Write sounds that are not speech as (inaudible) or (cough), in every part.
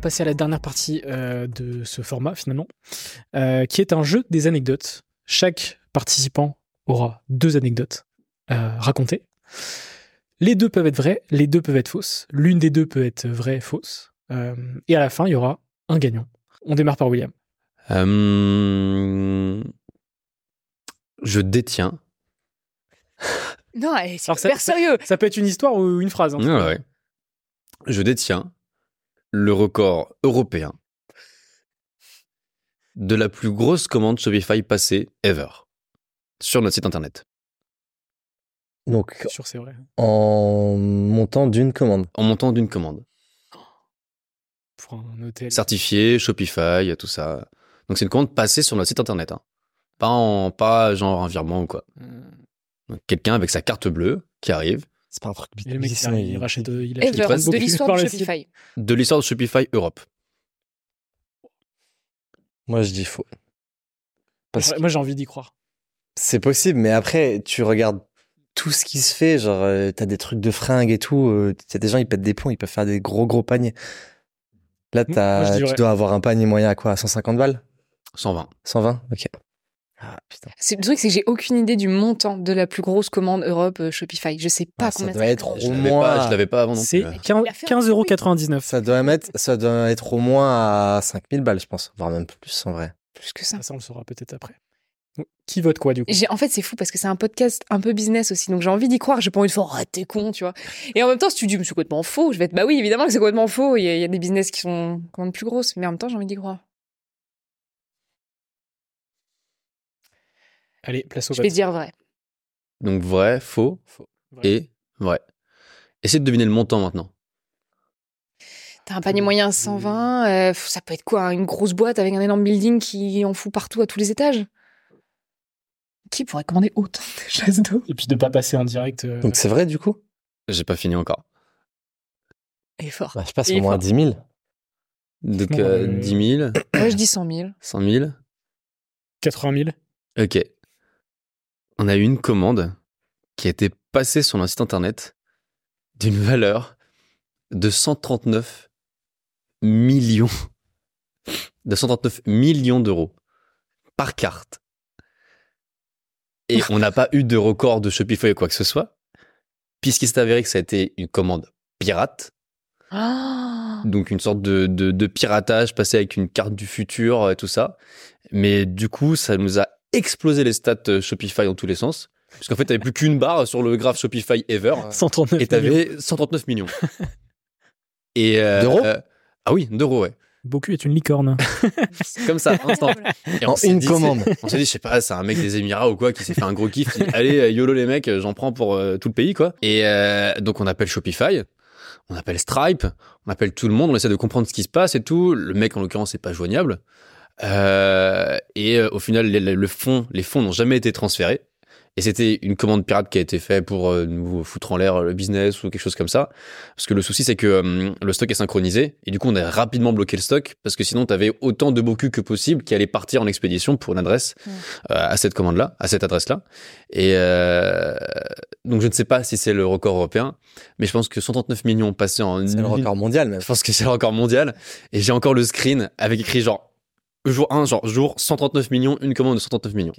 passer à la dernière partie euh, de ce format finalement, euh, qui est un jeu des anecdotes. Chaque participant aura deux anecdotes euh, racontées. Les deux peuvent être vraies, les deux peuvent être fausses. L'une des deux peut être vraie, fausse. Euh, et à la fin, il y aura un gagnant. On démarre par William. Euh, je détiens. non, c'est super ça, sérieux. Ça, ça, peut être une histoire ou une phrase. hein. En fait. ouais, ouais. Je détiens le record européen de la plus grosse commande Shopify passée ever sur notre site internet. Donc, sûr, c'est vrai. en montant d'une commande. En montant d'une commande. Pour un hôtel. Certifié, Shopify, tout ça. Donc, c'est une commande passée sur notre site internet. Hein. Pas, en, pas genre un virement ou quoi. Quelqu'un avec sa carte bleue qui arrive, c'est pas un truc le mec, il, il rachète. Il Ever, de l'histoire de Shopify. De l'histoire de Shopify Europe. Moi, je dis faux. Parce moi, j'ai envie d'y croire. C'est possible, mais après, tu regardes tout ce qui se fait. Genre, euh, t'as des trucs de fringues et tout. Euh, t'as des gens, ils pètent des ponts, ils peuvent faire des gros, gros paniers. Là, as, moi, tu dois avoir un panier moyen à quoi À 150 balles 120. 120 Ok. Ah, le truc, c'est que j'ai aucune idée du montant de la plus grosse commande Europe euh, Shopify. Je sais pas ah, combien ça doit être au Je moins. l'avais pas, pas, avant euh, non C'est 15,99 Ça doit mettre, ça doit être au moins à 5000 balles, je pense, voire même plus en vrai. Plus que ça. Ça, on le saura peut-être après. Donc, qui vote quoi du coup En fait, c'est fou parce que c'est un podcast un peu business aussi, donc j'ai envie d'y croire. J'ai pas envie de faire ah, t'es con, tu vois. Et en même temps, si tu dis mais c'est complètement faux, je vais être bah oui, évidemment que c'est complètement faux. Il y, a, il y, a des business qui sont commandes plus grosses, mais en même temps, j'ai envie d'y croire. Allez, place au Je vais dire vrai. Donc vrai, faux, faux. Vrai. et vrai. Essayez de deviner le montant maintenant. T'as un Mm. panier moyen à 120, euh, ça peut être quoi hein, Une grosse boîte avec un énorme building qui en fout partout à tous les étages Qui pourrait commander autant de (laughs) chaises d'eau Et puis de pas passer en direct. Euh... Donc c'est vrai du coup J'ai pas fini encore. Et fort. Bah, je passe au moins à 10 000. Donc euh, 10 000. Moi je dis 100 000. 100 000. 80 000. Ok on a eu une commande qui a été passée sur notre site internet d'une valeur de 139 millions de 139 millions d'euros par carte. Et on n'a pas eu de record de Shopify ou quoi que ce soit, puisqu'il s'est avéré que ça a été une commande pirate Ah. donc une sorte de, de, de piratage passé avec une carte du futur euh, tout ça. Mais du coup, ça nous a explosé les stats euh, Shopify dans tous les sens. Parce qu'en fait, t'avais plus qu'une barre sur le graphe Shopify ever 139 et millions. t'avais 139 millions. et euh, D'euros euh, Ah oui, d'euros, ouais. Boku est une (laughs) licorne. Comme ça, instant. Et on En s'est une dit, commande. c'est- On s'est dit, je sais pas, c'est un mec des Émirats ou quoi qui s'est fait un gros kiff. qui dit, Allez, euh, yolo les mecs, euh, j'en prends pour euh, tout le pays, quoi. Et euh, donc on appelle Shopify, on appelle Stripe, on appelle tout le monde, on essaie de comprendre ce qui se passe et tout. Le mec, en l'occurrence, c'est pas joignable. Euh, et euh, au final, les, les- le fond, les fonds n'ont jamais été transférés. Et c'était une commande pirate qui a été faite pour euh, nous foutre en l'air euh, le business ou quelque chose comme ça. Parce que le souci, c'est que euh, le stock est synchronisé. Et du coup, on a rapidement bloqué le stock. Parce que sinon, tu avais autant de Boku que possible qui allaient partir en expédition pour une adresse Ouais. euh, à cette commande-là, à cette adresse-là. Et euh, donc, je ne sais pas si c'est le record européen. Mais je pense que 139 millions passés en C'est le record mondial, même. je pense que c'est le record mondial. Et j'ai encore le screen avec écrit genre jour 1, genre jour 139 millions, une commande de 139 millions.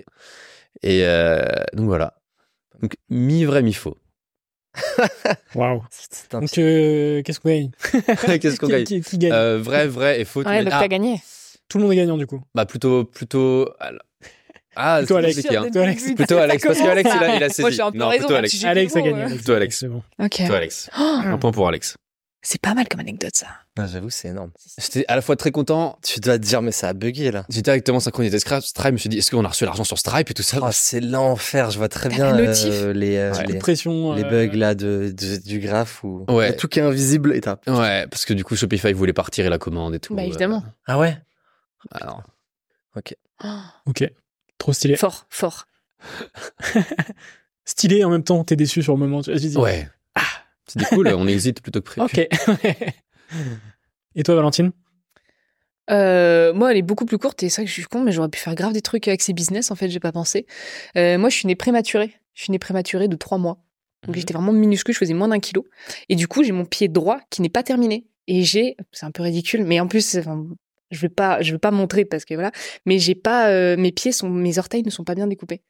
Et euh, donc voilà. Donc mi-vrai, mi-faux. Waouh. C'est un Donc, euh, qu'est-ce qu'on gagne Qu'est-ce qu'on Qui- gagne qui, qui gagne Euh, Vrai, vrai et faux. Ouais, donc Ah, t'as gagné. Tout le monde est gagnant du coup. bah plutôt, plutôt. (laughs) Ah, Plutôt c'est Alex. compliqué, hein. Plutôt Alex. Plutôt Alex, parce que Alex, il a, il a saisi. (laughs) Moi, j'ai un peu non, raison, plutôt même Alex. si j'ai Alex a zéro, gagné. ouais. Plutôt Alex. C'est bon. Ok. Plutôt Alex. Oh, Un point pour Alex. C'est pas mal comme anecdote, ça. Ah, J'avoue, c'est énorme. J'étais à la fois très content. Tu dois te dire, mais ça a bugué là. J'étais directement synchronisé. Stripe, je me suis dit, est-ce qu'on a reçu l'argent sur Stripe et tout ça Oh, Ah, c'est l'enfer. Je vois très T'as bien la notif. euh, les, euh, bah. Ouais. Coup de les, pression. les euh, bugs là de, de- du graphe ou Ouais. tout qui est invisible et t'as- Ouais, parce que du coup, Shopify voulait partir et la commande et tout. Bah, évidemment. Ah ouais. Euh, alors, Oh, Ok. Trop stylé. Fort, fort. Stylé en même temps, t'es déçu sur le moment. Tu vois, tu dis, ouais. C'était cool, on hésite plutôt que prévu. (laughs) Ok. Et toi, Valentine Euh, moi, elle est beaucoup plus courte et c'est vrai que je suis con, mais j'aurais pu faire grave des trucs avec ces business. En fait, j'ai pas pensé. Euh, moi, je suis née prématurée. Je suis née prématurée de trois mois. Donc, Mhm. j'étais vraiment minuscule, je faisais moins d'un kilo. Et du coup, j'ai mon pied droit qui n'est pas terminé. Et j'ai, c'est un peu ridicule, mais en plus, enfin, je vais pas, je vais pas montrer parce que voilà, mais j'ai pas, euh, mes pieds sont, mes orteils ne sont pas bien découpés.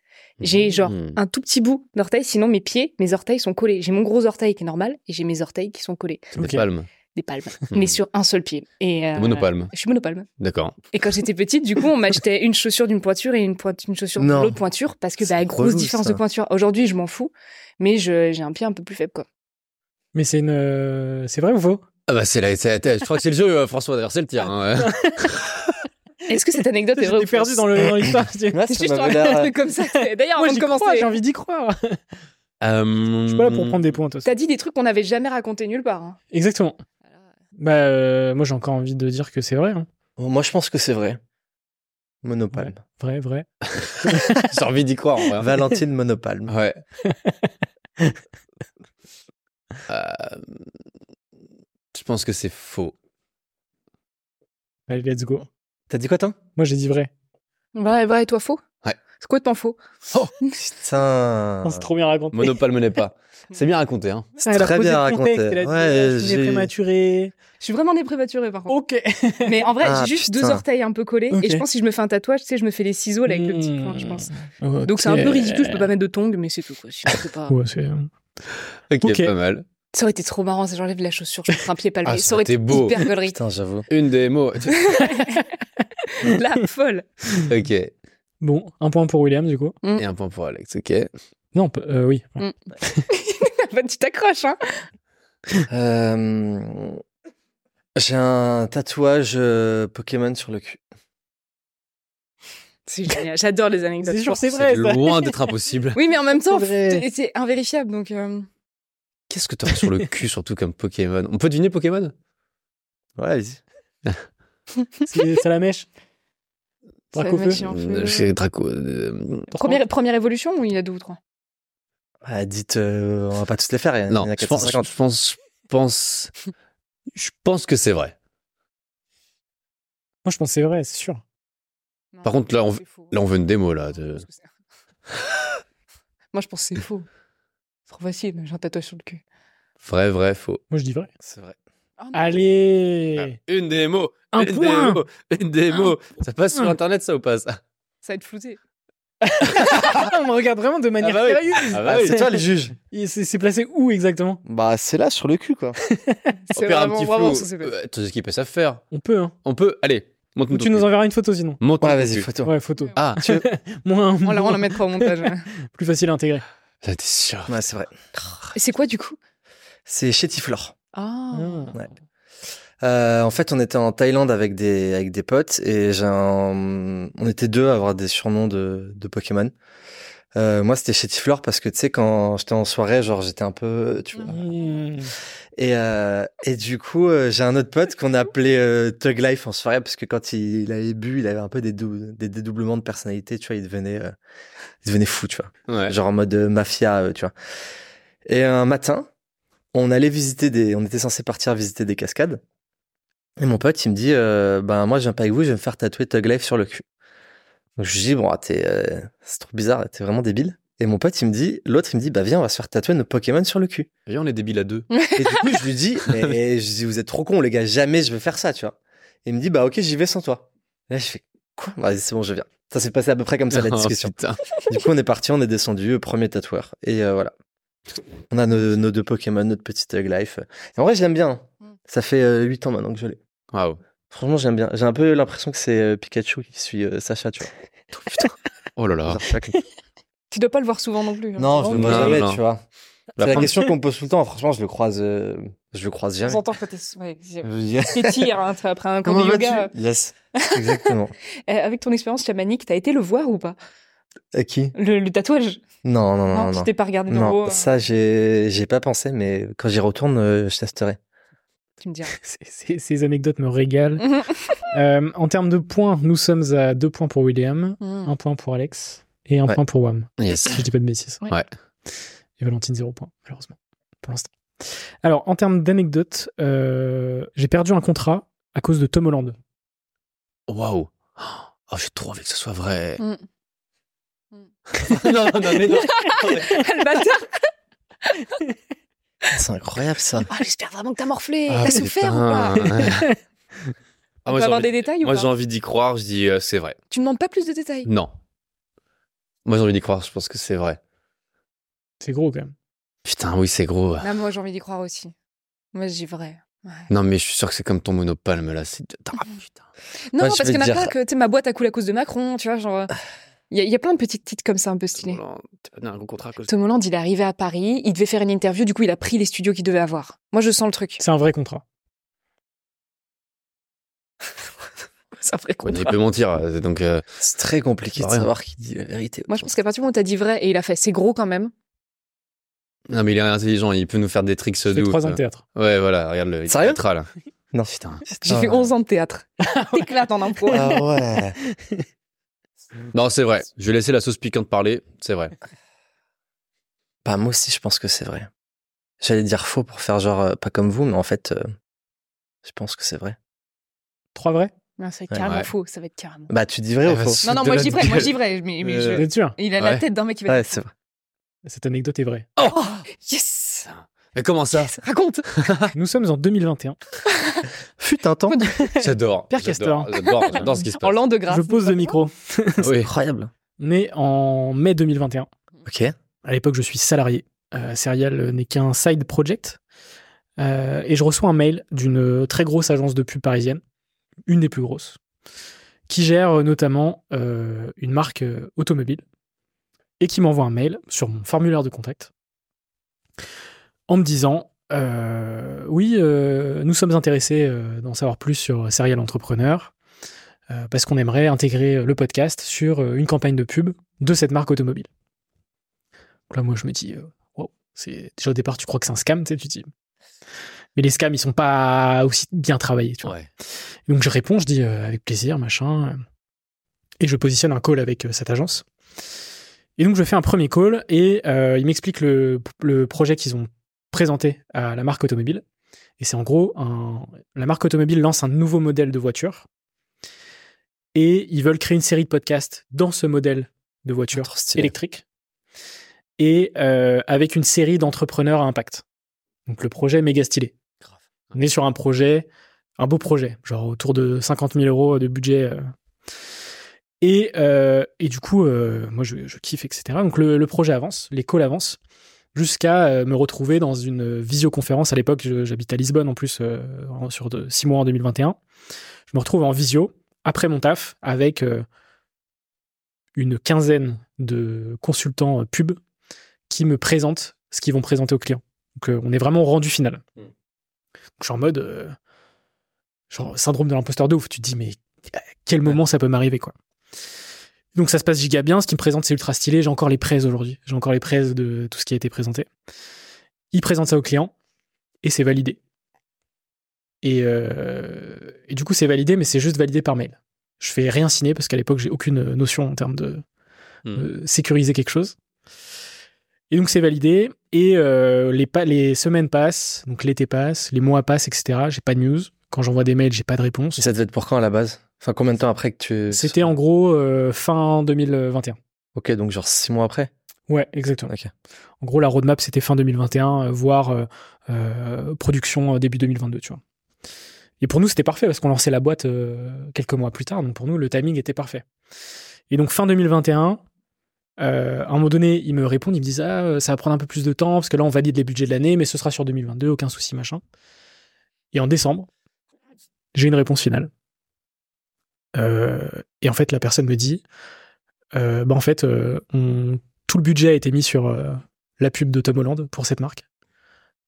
J'ai genre Mhm. un tout petit bout d'orteil, sinon mes pieds, mes orteils sont collés. J'ai mon gros orteil qui est normal et j'ai mes orteils qui sont collés, C'est des Ok. palmes. (laughs) des palmes, mais sur un seul pied. Et euh, Des monopalmes. Je suis monopalme. D'accord. Et quand j'étais petite, du coup, on m'achetait une chaussure d'une pointure et une, pointe- une chaussure de Non. l'autre pointure parce que, C'est bah, grosse relou, différence ça. de pointure. Aujourd'hui, je m'en fous, mais je- j'ai un pied un peu plus faible, quoi. Mais c'est une. euh, C'est vrai ou faux Ah bah c'est la, c'est la- je crois que c'est le jeu, euh, François, d'ailleurs, c'est le tir. hein. Est-ce que (laughs) cette anecdote est vraie J'étais ou perdu fausse dans le- dans (laughs) l'histoire. je dis, Moi, C'est ça juste m'avait un l'air- truc comme ça. D'ailleurs, Moi, avant j'y de crois, j'ai commencer, envie d'y croire. Euh, (laughs) Je suis pas là pour Mhm. prendre des points, de toute façon. t'as dit des trucs qu'on n'avait jamais racontés nulle part. hein. Exactement. Bah, euh, moi, j'ai encore envie de dire que c'est vrai. hein. Bon, euh, Moi, je pense que c'est vrai. Monopalme. Vrai, vrai. (laughs) J'ai envie d'y croire. en vrai. (laughs) Valentine Monopalme. (laughs) Ouais. Euh, je pense que c'est faux. Allez, let's go. T'as dit quoi, toi Moi, j'ai dit vrai. Vrai, vrai, et toi, faux Ouais. C'est complètement faux. Putain. Non, Oh, C'est trop bien raconté. (laughs) Monopalme n'est pas. C'est bien raconté, hein. C'est très bien raconté. Ouais, je suis né j'ai- euh, prématuré. Je suis vraiment née prématurée, par contre. Ok. Mais en vrai, Ah, j'ai juste deux putain. orteils un peu collés. Ok. Et je pense que si je me fais un tatouage, tu sais, je me fais les ciseaux là, avec le petit point, je Mmh. pense. Donc, c'est un peu ridicule, je peux pas mettre de tongs, mais c'est tout, quoi. Sinon, c'est pas- Ouais, c'est- euh, ok, Ok. pas mal. Ça aurait été trop marrant si j'enlève la chaussure, je prends un pied palmé. Ah, ça ça aurait aurait été été beau. hyper gaulerie. Putain, j'avoue. Une des mots. (laughs) La folle. (laughs) ok. Et Bon, un point pour William, du coup. un point pour Alex, ok. Non, p- euh, oui. Bah, tu t'accroches, hein. Euh, J'ai un tatouage euh, Pokémon sur le cul. C'est génial. J'adore les anecdotes. C'est sûr, c'est vrai. C'est ça. loin d'être impossible. Oui, mais en même temps, C'est vrai. c'est c'est invérifiable, donc. euh, Qu'est-ce que t'auras sur le cul, surtout comme Pokémon On peut deviner Pokémon Ouais, vas-y. C'est c'est la (laughs) mèche. ça va Draco mettre feu. chiant. Euh, C'est Draco. euh, hein. Première, première évolution ou il y en a deux ou trois Bah, dites, euh, on va pas tous les faire. Il y en- il y Non, en a je pense, 450. je pense, je pense, je pense que c'est vrai. Moi, je pense que c'est vrai, c'est sûr. Non, Par contre, là, on- c'est faux. Là, on veut une démo, là. Non, de- je pense que c'est- (laughs) Moi, je pense que c'est faux. C'est trop facile, j'ai un tatouage sur le cul. Vrai, vrai, faux. Moi, je dis vrai. C'est vrai. Oh, non. Allez Ah, Une démo Un Une point démo Une démo Ça passe sur point. Internet, ça, ou pas, ça Ça va être flouté. Ah, On me regarde vraiment de manière Ah bah oui. sérieuse. Ah bah Ah oui. c'est toi le juge. Il s'est c'est placé où exactement Bah c'est là sur le cul quoi. On C'est perd vraiment, un petit vraiment, flou. ça, c'est fait. Euh, Tout ce qu'ils peuvent savent faire. On peut, hein. On peut. Allez, monte Ou tu nous enverras une photo sinon. Monte Ouais vas-y photo. Ouais, photo. Ah, (laughs) Moins, On la, on la moins- mettra au (laughs) montage. hein. plus facile à intégrer. ça t'es sûr. Ouais c'est vrai. Et c'est quoi du coup C'est chez Tiflor. Ah. Ah. Euh, en fait, on était en Thaïlande avec des, avec des potes et j'ai un- on était deux à avoir des surnoms de, de Pokémon. Euh, moi, c'était Chetiflor parce que tu sais, quand j'étais en soirée, genre j'étais un peu. (laughs) Tu vois. Mmh. Et, euh, et du coup, euh, j'ai un autre pote qu'on appelait euh, Thug Life en soirée parce que quand il, il avait bu, il avait un peu des, dou- des dédoublements de personnalité, tu vois, il devenait, euh, il devenait fou, tu vois Ouais. genre en mode euh, mafia, euh, tu vois. Et un matin, on allait visiter des, on était censé partir visiter des cascades. Et mon pote, il me dit, euh, ben moi, je viens pas avec vous, je vais me faire tatouer Thug Life sur le cul. Donc je lui dis, bon, ah, t'es, euh, c'est trop bizarre, t'es vraiment débile. Et mon pote, il me dit, l'autre, il me dit, bah viens, on va se faire tatouer nos Pokémon sur le cul. Viens, on est débiles à deux. Et du coup, je (laughs) lui dis, mais mais je dis, vous êtes trop cons, les gars, jamais je vais faire ça, tu vois. Et il me dit, bah ok, j'y vais sans toi. Là, je fais, quoi Vas-y, c'est bon, je viens. Ça s'est passé à peu près comme ça, la (laughs) Oh, discussion. putain. Du coup, on est parti, on est descendu, euh, premier tatoueur. Et euh, voilà. On a nos, nos deux Pokémon, notre petit Thug Life. Et en vrai, je l'aime bien. Ça fait 8 ans maintenant que je l'ai. Waouh. Franchement, j'aime bien. J'ai un peu l'impression que c'est euh, Pikachu qui suit euh, Sacha, tu vois. Oh là là. Genre, chaque- Tu dois pas le voir souvent non plus. hein. Non, je le vois Non, jamais, non. tu vois. La C'est la fin de- question qu'on me pose tout le temps. Franchement, je le croise, euh, je le croise De temps jamais. en temps, quand t'es. Ouais, j'ai- Je dis, t'étires, hein, après un cours Comment de vas-tu yoga. Yes, exactement. Euh, avec ton expérience chamanique, t'as été le voir ou pas À qui le, le tatouage Non, non, non, tu non. t'es pas euh. regardé dans Non, l'eau. ça, j'ai j'ai pas pensé, mais quand j'y retourne, euh, je testerai. Tu me (laughs) diras. Mm. Ces- Ces ces anecdotes me régalent. Euh, en termes de points, nous sommes à deux points pour William, Mhm. un point pour Alex et un Ouais. point pour Wam. Yes. Si je dis pas de bêtises. Ouais. Ouais. Et Valentine, zéro point, malheureusement, pour l'instant. Alors, en termes d'anecdotes, euh, j'ai perdu un contrat à cause de Tom Holland. Waouh. Oh, j'ai trop envie que ce soit vrai. Mm. (laughs) non, non, non, mais non. le bâtard C'est incroyable, ça. Ah, J'espère vraiment que t'as morflé. Ah, t'as souffert ou pas putain. Ah, On moi, peut j'ai avoir des envie, détails ou moi, pas j'ai envie d'y croire. Je dis, euh, c'est vrai. Tu ne demandes pas plus de détails. Non. Moi, j'ai envie d'y croire. Je pense que c'est vrai. C'est gros quand même. Putain, oui, c'est gros. Non, moi j'ai envie d'y croire aussi. Moi j'y vrai. Ouais. Non, mais je suis sûr que c'est comme ton monopalme, là. C'est... Ah, putain. Non, Moi, je parce vais qu'il y en te a dire- plein que tu sais, ma boîte a coulé à cause de Macron, tu vois, genre. euh, Il y, a- il y a plein de petits titres comme ça un peu stylés. Non, t'as un gros contrat à cause de- Tom Holland, il est arrivé à Paris, il devait faire une interview, du coup il a pris les studios qu'il devait avoir. Moi je sens le truc. C'est un vrai contrat. C'est un vrai Quoi, Il contrat. peut mentir. euh, Donc, euh, C'est très compliqué de Rien. savoir qui dit la vérité. Moi je pense qu'à partir du moment où t'as dit vrai et il a fait, c'est gros quand même. Non, mais il est intelligent. Il peut nous faire des tricks C'est de ouf. trois ans de théâtre. Ouais, voilà. Regarde le. il Sérieux traîtra, là. Non. Putain. J'ai fait 11 ans (laughs) de théâtre. T'éclates en impro. Ah ouais. Non, c'est vrai. Je vais laisser la sauce piquante parler. C'est vrai. (laughs) bah, moi aussi, je pense que c'est vrai. J'allais dire faux pour faire genre euh, pas comme vous, mais en fait, euh, je pense que c'est vrai. Trois vrais Non, c'est Ouais. carrément Ouais. faux, ça va être carrément. (laughs) Bah, tu dis vrai Eh ou bah, faux c'est- Non, non, de moi la je dis vrai, moi je gueule. dis vrai. mais- mais Euh, je- Vous êtes sûr Il a la ouais. tête d'un mec qui va. Ouais, c'est vrai. Cette anecdote est vraie. Oh, yes Mais comment (laughs) ça Yes, Raconte Nous sommes en 2021. Fut un temps. J'adore. Pierre j'adore, Castor. J'adore, j'adore ce qui se En passe. l'an de grâce. Je pose le micro. (laughs) Oui. Incroyable. Né en mai 2021. Ok. À l'époque, je suis salarié. Euh, Serial n'est qu'un side project. Euh, et je reçois un mail d'une euh, très grosse agence de pub parisienne, une des plus grosses, qui gère euh, notamment euh, une marque euh, automobile et qui m'envoie un mail sur mon formulaire de contact en me disant euh, Oui, euh, nous sommes intéressés euh, d'en savoir plus sur Serial Entrepreneur euh, parce qu'on aimerait intégrer euh, le podcast sur euh, une campagne de pub de cette marque automobile. Donc Là, moi, je me dis, euh, wow, c'est déjà au départ, tu crois que c'est un scam, tu sais, tu te dis. Mais les scams, ils sont pas aussi bien travaillés, tu vois. Ouais. Donc je réponds, je dis euh, avec plaisir, machin. Et je positionne un call avec euh, cette agence. Et donc je fais un premier call et euh, ils m'expliquent le, le projet qu'ils ont présenté à la marque automobile. Et c'est en gros, un- la marque automobile lance un nouveau modèle de voiture. Et ils veulent créer une série de podcasts dans ce modèle de voiture Trop stylé. électrique. Et euh, avec une série d'entrepreneurs à impact. Donc le projet est méga stylé. On est sur un projet, un beau projet, genre autour de 50 000 euros de budget. euh. Et, euh, et du coup, euh, moi, je, je kiffe, etc. Donc, le, le projet avance, les calls avancent, jusqu'à euh, me retrouver dans une visioconférence. À l'époque, je- j'habite à Lisbonne, en plus, euh, en- sur de- six mois en 2021. Je me retrouve en visio, après mon taf, avec euh, une quinzaine de consultants euh, pub qui me présentent ce qu'ils vont présenter aux clients. Donc, euh, on est vraiment au rendu final. Mm. Donc, je suis en mode... euh, genre, syndrome de l'imposteur de ouf. Tu te dis, mais à quel moment ça peut m'arriver, quoi. Donc ça se passe giga bien. Ce qu'ils me présentent, c'est ultra stylé. J'ai encore les prêts aujourd'hui. J'ai encore les prêts de tout ce qui a été présenté. Ils présentent ça au client et c'est validé. Et, euh, et du coup, c'est validé, mais c'est juste validé par mail. Je fais rien signer parce qu'à l'époque, j'ai aucune notion en termes de Hmm. euh, sécuriser quelque chose. Et donc, c'est validé. Et euh, les, pa- les semaines passent, donc l'été passe, les mois passent, etc. J'ai pas de news. Quand j'envoie des mails, j'ai pas de réponse. Et ça devait être pour quand à la base Enfin, combien de temps après que tu. C'était en gros euh, fin 2021. Ok, donc genre six mois (laughs) après Ouais, exactement. Ok. En gros, la roadmap, c'était fin 2021, euh, voire euh, euh, production euh, début 2022, tu vois. Et pour nous, c'était parfait parce qu'on lançait la boîte euh, quelques mois plus tard. Donc pour nous, le timing était parfait. Et donc fin 2021, euh, à un moment donné, ils me répondent, ils me disent Ah, euh, ça va prendre un peu plus de temps parce que là, on valide les budgets de l'année, mais ce sera sur 2022, aucun souci, machin. Et en décembre, j'ai une réponse finale. Euh, et en fait, la personne me dit Euh, Bah, En fait, euh, on tout le budget a été mis sur euh, la pub de Tom Holland pour cette marque.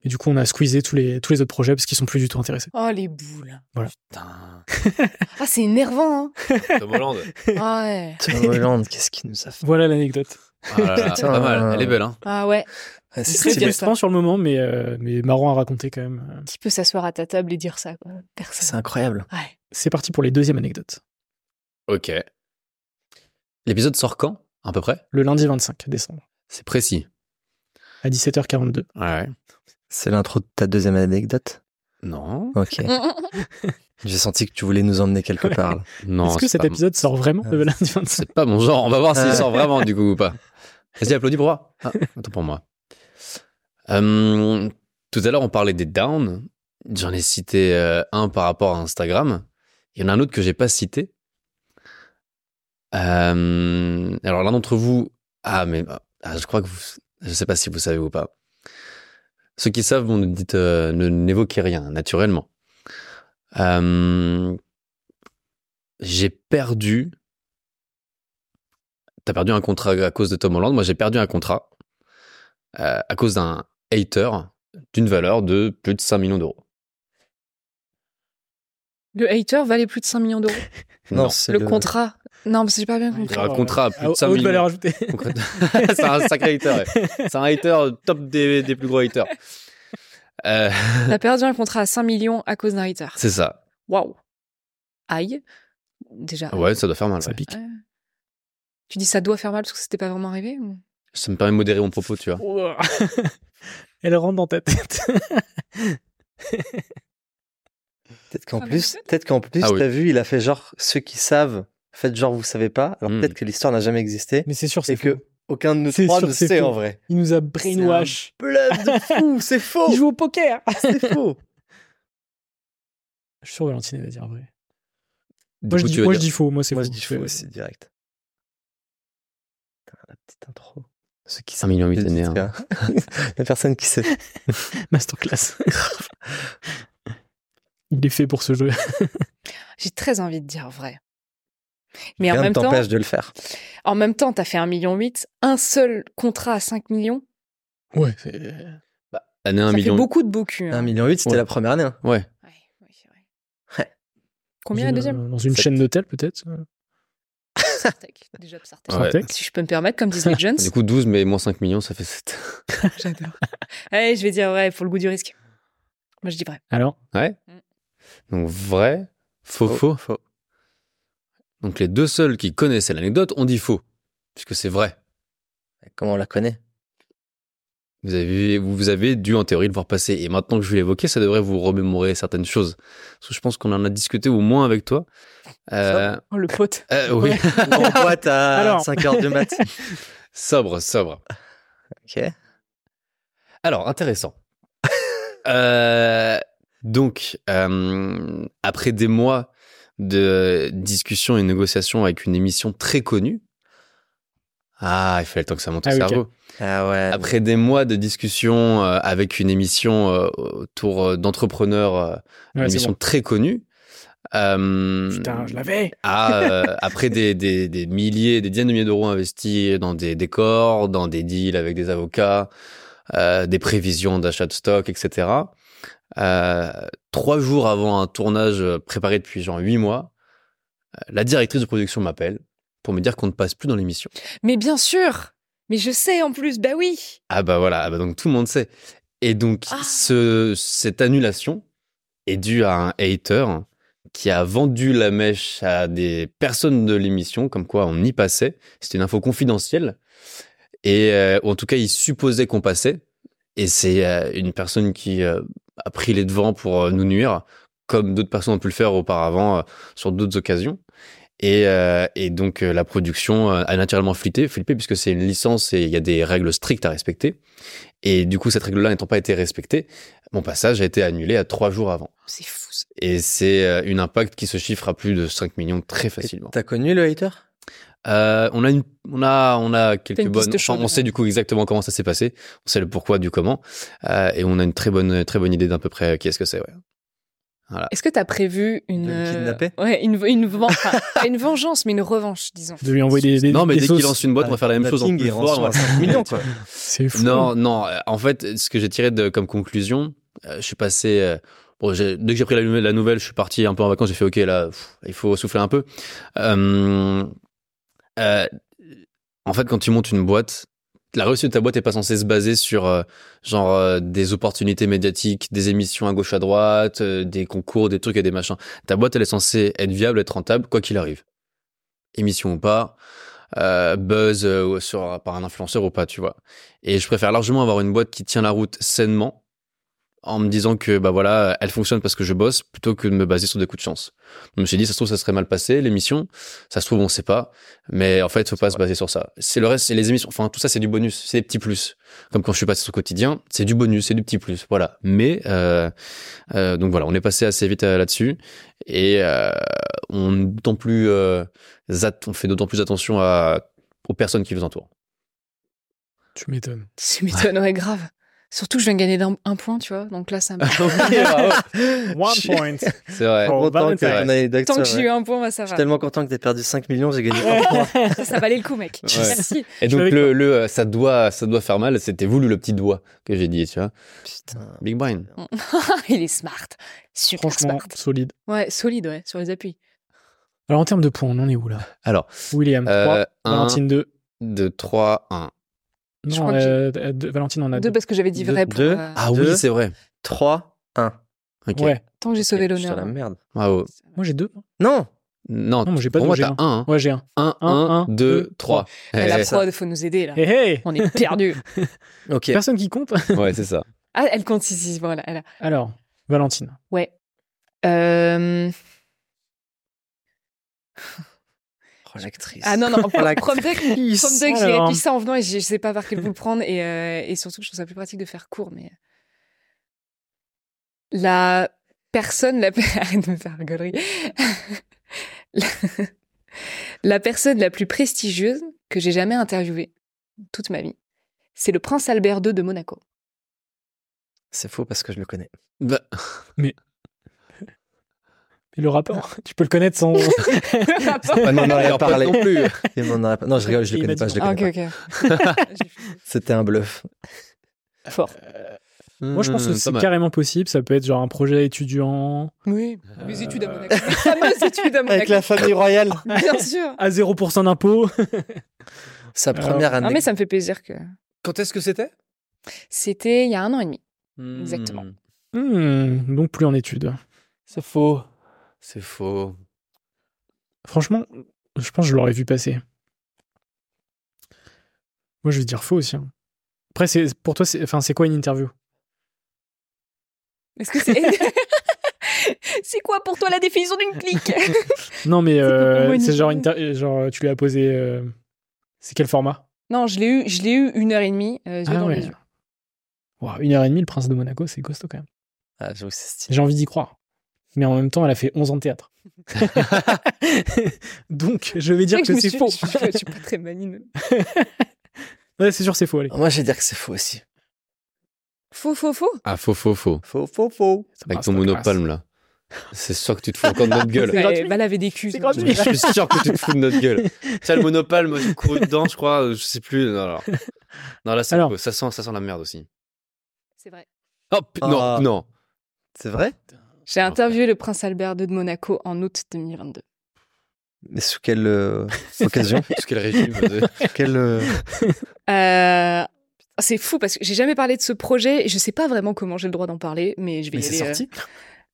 Et du coup, on a squeezé tous les, tous les autres projets parce qu'ils sont plus du tout intéressés. Oh, les boules. Putain, Ah, (laughs) c'est énervant, Tom Holland. hein. Ah ouais. Tom Holland, qu'est-ce qu'il nous a fait Voilà l'anecdote. Ah là là, Putain. pas mal, elle est belle. Hein. Ah ouais. Ah, c'est- Très bien, décevant sur le moment, mais, euh, mais marrant à raconter quand même. Qui peut s'asseoir à ta table et dire ça, quoi C'est Personne. incroyable. Ouais. (laughs) C'est parti pour les deuxièmes anecdotes. Ok. L'épisode sort quand, à peu près Le lundi 25 décembre, C'est précis. à 17h42. Ouais. C'est l'intro de ta deuxième anecdote Non. (laughs) Ok. J'ai senti que tu voulais nous emmener quelque part. là. Non. Est-ce que c'est cet pas- épisode sort vraiment le Euh, lundi 25 C'est pas mon genre. On va voir s'il Ouais. sort vraiment, du coup, ou pas. Vas-y, applaudis pour moi. Ah, attends pour moi. Euh, tout à l'heure, on parlait des downs. J'en ai cité euh, un par rapport à Instagram. Il y en a un autre que j'ai pas cité. Euh, alors, l'un d'entre vous. Ah, mais ah, je crois que vous. Je sais pas si vous savez ou pas. Ceux qui savent, bon, ne dites, euh, ne n'évoquez rien, naturellement. Euh, j'ai perdu t'as perdu un contrat à cause de Tom Holland. Moi, j'ai perdu un contrat euh, à cause d'un hater d'une valeur de plus de 5 millions d'euros. Le hater valait plus de 5 millions d'euros. Non. c'est Le contrat. Non, mais j'ai pas bien compris. Un contrat à plus de 5 Ah, haute millions. valeur ajoutée. (laughs) Concrètement. (laughs) c'est un sacré hater. ouais. C'est un hater top des, des plus gros haters. Euh, T'as perdu un contrat à 5 millions à cause d'un hater. c'est ça. Waouh. Aïe. Déjà. Ouais, ça doit faire mal. Ça ouais. pique. Tu dis ça doit faire mal parce que c'était pas vraiment arrivé ou- Ça me permet de modérer mon propos, tu vois. Ouah. Elle rentre dans ta tête. Peut-être qu'en Ah, plus, mais peut-être qu'en plus, Ah oui. t'as vu, il a fait genre ceux qui savent, faites genre vous savez pas. Alors Hmm. peut-être que l'histoire n'a jamais existé Mais c'est sûr, c'est et que faux. aucun de nous C'est trois sûr, ne c'est sait faux. en vrai. Il nous a brainwash. Bluff de fou, c'est faux, Il joue au poker. c'est faux. Je suis sûr que Valentine va dire vrai. Du Moi, je coup, dis, tu vas moi, je dire- dis faux. Moi, c'est Moi faux. je dis faux aussi direct. Putain, la petite intro. Ceux qui 5 millions huit années, hein. (laughs) La personne qui sait. (laughs) Masterclass. Il est fait pour ce jeu. J'ai très envie de dire vrai. (laughs) Mais en Rien ne même, temps, t'empêche de le faire. en même temps, t'as fait 1,8 million, un seul contrat à 5 millions. Ouais. Bah, année 1 ça million. fait beaucoup de beaux culs. 1,8 hein. million, c'était Ouais. la première année. hein. Ouais. Ouais, ouais, c'est vrai. Ouais. Combien la deuxième Dans une Sept. chaîne d'hôtel, peut-être euh, Sartec, (laughs) Déjà Psartec. Ouais. Sartec. Si je peux me permettre, comme disent les (laughs) jeunes. Du coup, 12, mais moins 5 millions, ça fait 7. (laughs) J'adore. Allez, je vais dire vrai pour le goût du risque. Moi, je dis vrai. Alors Donc vrai, faux, Oh. faux, Donc les deux seuls qui connaissaient l'anecdote ont dit faux, puisque c'est vrai. Comment on la connaît Vous avez, vous vous avez dû en théorie le voir passer. Et maintenant que je vais l'évoquer, ça devrait vous remémorer certaines choses. Parce que je pense qu'on en a discuté au moins avec toi. Euh, Oh, le pote. euh, oui, En boîte à Alors. 5 heures du mat. (laughs) sobre, sobre. (laughs) Ok. Alors, intéressant. (laughs) Euh, donc, euh, après des mois de discussion et négociation avec une émission très connue. Ah, il fallait le temps que ça monte au Ah oui, cerveau. Ah ouais. Après des mois de discussion euh, avec une émission euh, autour euh, d'entrepreneurs, euh, une Ouais, c'est émission bon. très connue, euh, Putain, je l'avais. à, euh, (laughs) après des, des, des milliers, des dizaines de milliers d'euros investis dans des décors, dans des deals avec des avocats, euh, des prévisions d'achat de stock, etc. Euh, trois jours avant un tournage préparé depuis genre huit mois, euh, la directrice de production m'appelle pour me dire qu'on ne passe plus dans l'émission. Mais bien sûr Mais je sais en plus, bah oui Ah bah voilà, ah bah donc tout le monde sait. Et donc Ah. ce, cette annulation est due à un hater qui a vendu la mèche à des personnes de l'émission, comme quoi on y passait. C'était une info confidentielle. Et euh, ou en tout cas, il supposait qu'on passait. Et c'est euh, une personne qui euh, a pris les devants pour euh, nous nuire, comme d'autres personnes ont pu le faire auparavant euh, sur d'autres occasions. Et, euh, et donc euh, la production euh, a naturellement flippé, flippé puisque c'est une licence et il y a des règles strictes à respecter. Et du coup, cette règle-là n'étant pas été respectée, mon passage a été annulé à trois jours avant. C'est fou ça. Et c'est euh, une impact qui se chiffre à plus de 5 millions très facilement. T'as connu le hater Euh, on a une, on a, on a quelques T'as une piste bonnes. de enfin, chemin, on sait ouais. du coup exactement comment ça s'est passé. On sait le pourquoi du comment. Euh, et on a une très bonne, très bonne idée d'à peu près qui est-ce que c'est. Ouais. Est-ce que t'as prévu une... De me euh, kidnapper Ouais, une, une, ven- enfin, pas une vengeance, mais une revanche, disons. De lui envoyer des, des non, mais des dès sauces. qu'il lance une boîte, on va faire la même chose en plus fort, on va- 5 millions quoi. C'est fou. Non, non. euh, En fait, ce que j'ai tiré de, comme conclusion, euh, je suis passé. euh, bon, j'ai- dès que j'ai pris la, la nouvelle, je suis parti un peu en vacances. J'ai fait OK, là, pff, il faut souffler un peu. Euh, euh, en fait, quand tu montes une boîte, la réussite de ta boîte n'est pas censée se baser sur euh, genre euh, des opportunités médiatiques, des émissions à gauche à droite, euh, des concours, des trucs et des machins. Ta boîte, elle est censée être viable, être rentable, quoi qu'il arrive. Émission ou pas, euh, buzz euh, sur, par un influenceur ou pas, tu vois. Et je préfère largement avoir une boîte qui tient la route sainement en me disant que bah voilà, elle fonctionne parce que je bosse plutôt que de me baser sur des coups de chance. Donc, je me suis dit ça se trouve ça serait mal passé l'émission, ça se trouve on sait pas, mais en fait faut pas se baser sur ça. C'est le reste, c'est les émissions, enfin tout ça c'est du bonus, c'est des petits plus. Comme quand je suis passé sur quotidien, c'est du bonus, c'est du petit plus, voilà. Mais euh, euh, donc voilà, on est passé assez vite euh, là-dessus et euh, on est d'autant plus euh, at- on fait d'autant plus attention à aux personnes qui nous entourent. (laughs) Tu m'étonnes. Tu m'étonnes, ouais, grave. Surtout, que je viens de gagner d'un- un point, tu vois, donc là, ça Ah, me... Ah, (laughs) One Je- point. C'est vrai. Oh, Autant que Valentine. ton anecdote, Tant que ouais. j'ai eu un point, bah, ça Je suis va. tellement content que t'aies perdu 5 millions, j'ai gagné un (laughs) point. Ça, ça valait le coup, (laughs) mec. Ouais. Merci. Et Je donc savais le, le euh, ça doit ça doit faire mal, c'était voulu le petit doigt que j'ai dit, tu vois. Putain. Big brain. Ah, Il est smart. Super Franchement, smart. solide. Ouais, solide, ouais, sur les appuis. Alors en termes de points, on en est où là Alors, William 3, euh, 1 Valentine 2. 2 3 1. je Non, crois que euh, euh, deux- Valentine en a Deux, 2. parce que j'avais dit vrai Deux, pour... deux. euh, Ah Deux. oui, c'est vrai. 3, 1. OK. Ouais, Tant que j'ai sauvé Je suis dans l'honneur. hein. la merde. Bravo. moi j'ai 2. Non Non, Non, moi, j'ai pas de- pour moi j'ai t'as hein. 1. Ouais, j'ai 1. 1 Un, un, 1 deux, 2 3. (laughs) Mais hein. la Eh, ça. prod, faut nous aider, là. Hé hé On est (laughs) perdus. Ok. Personne qui compte Ouais, c'est ça. Ah, elle compte ici, voilà. elle a- Alors, Valentine. Ouais. Euh, Oh, l'actrice. Ah non, non, Oh, prom prom deck, prom l'actrice. deck, j'ai Alors. appuyé ça en venant et je je sais pas par quel bout le prendre. Et, euh, et surtout, je trouve ça plus pratique de faire court. Mais la personne, la... (laughs) arrête de me faire rigolerie. (laughs) la... la personne la plus prestigieuse que j'ai jamais interviewée toute ma vie, c'est le prince Albert II de Monaco. C'est faux parce que je le connais. Bah, Et le (laughs) rapport, tu peux le connaître (laughs) sans. On en alors, aurait pas parlé. non (laughs) plus. Et on en aurait pas- Non, je rigole, je Il le m'a connais dit pas, je le non. Ah, connais ok, pas. ok. (laughs) C'était un bluff. Fort. Moi, je pense que Hmm, c'est pas mal. carrément possible. Ça peut être genre un projet étudiant Oui. Les Euh, études à Monaco. Les fameuses études à Monaco. famille royale. Bien sûr. à 0% d'impôt. Sa première Non, année. Ah, mais ça me fait plaisir que. Ah. Quand est-ce que c'était C'était il y a un an et demi. Exactement. Hmm, Hmm, donc plus en études. C'est faux. C'est faux. Franchement, je pense que je l'aurais vu passer. Moi, je vais dire faux aussi. hein. Après, c'est pour toi, c'est enfin, c'est quoi une interview Est-ce que c'est. c'est (laughs) quoi pour toi la définition d'une clique Non, mais pour moi euh, une c'est genre, interview. inter- genre, tu lui as posé. euh, C'est quel format (laughs) Non, je l'ai eu, je l'ai eu une heure et demie, euh, yeux Ah dans ouais. les yeux. Ouah, Une heure et demie, le prince de Monaco, c'est costaud quand même. Ah, j'avoue que c'est stylé. J'ai envie d'y croire. mais en même temps, elle a fait 11 ans de (laughs) théâtre. (laughs) Donc, je vais dire vrai que, je me c'est suis- faux. Je, je- je suis pas très manine. Ouais, c'est sûr, c'est faux, allez. Moi, je vais dire que c'est faux aussi. Faux, faux, faux. Ah, faux, faux, faux. Faux, faux, fous. Avec Ah, c'est pas ton grave. monopalme, là. C'est sûr que tu te fous encore (laughs) de notre gueule. C'est gratuit. bah, laver des culs. C'est donc. Je suis sûr que tu te fous de notre gueule. Ça, le monopalme, j'ai couru dedans, je crois, euh, je sais plus. Non, non. Non, là, c'est Alors. faux. ça, sent, ça sent la merde aussi. C'est vrai. Oh, p- Ah. non, non. C'est vrai J'ai interviewé le prince Albert II de Monaco en août 2022. Mais sous quelle euh, (laughs) occasion (laughs) Parce que le régime de- Quelle. euh, Euh, C'est fou parce que j'ai jamais parlé de ce projet et je sais pas vraiment comment j'ai le droit d'en parler, mais je vais Mais y c'est aller. euh, sorti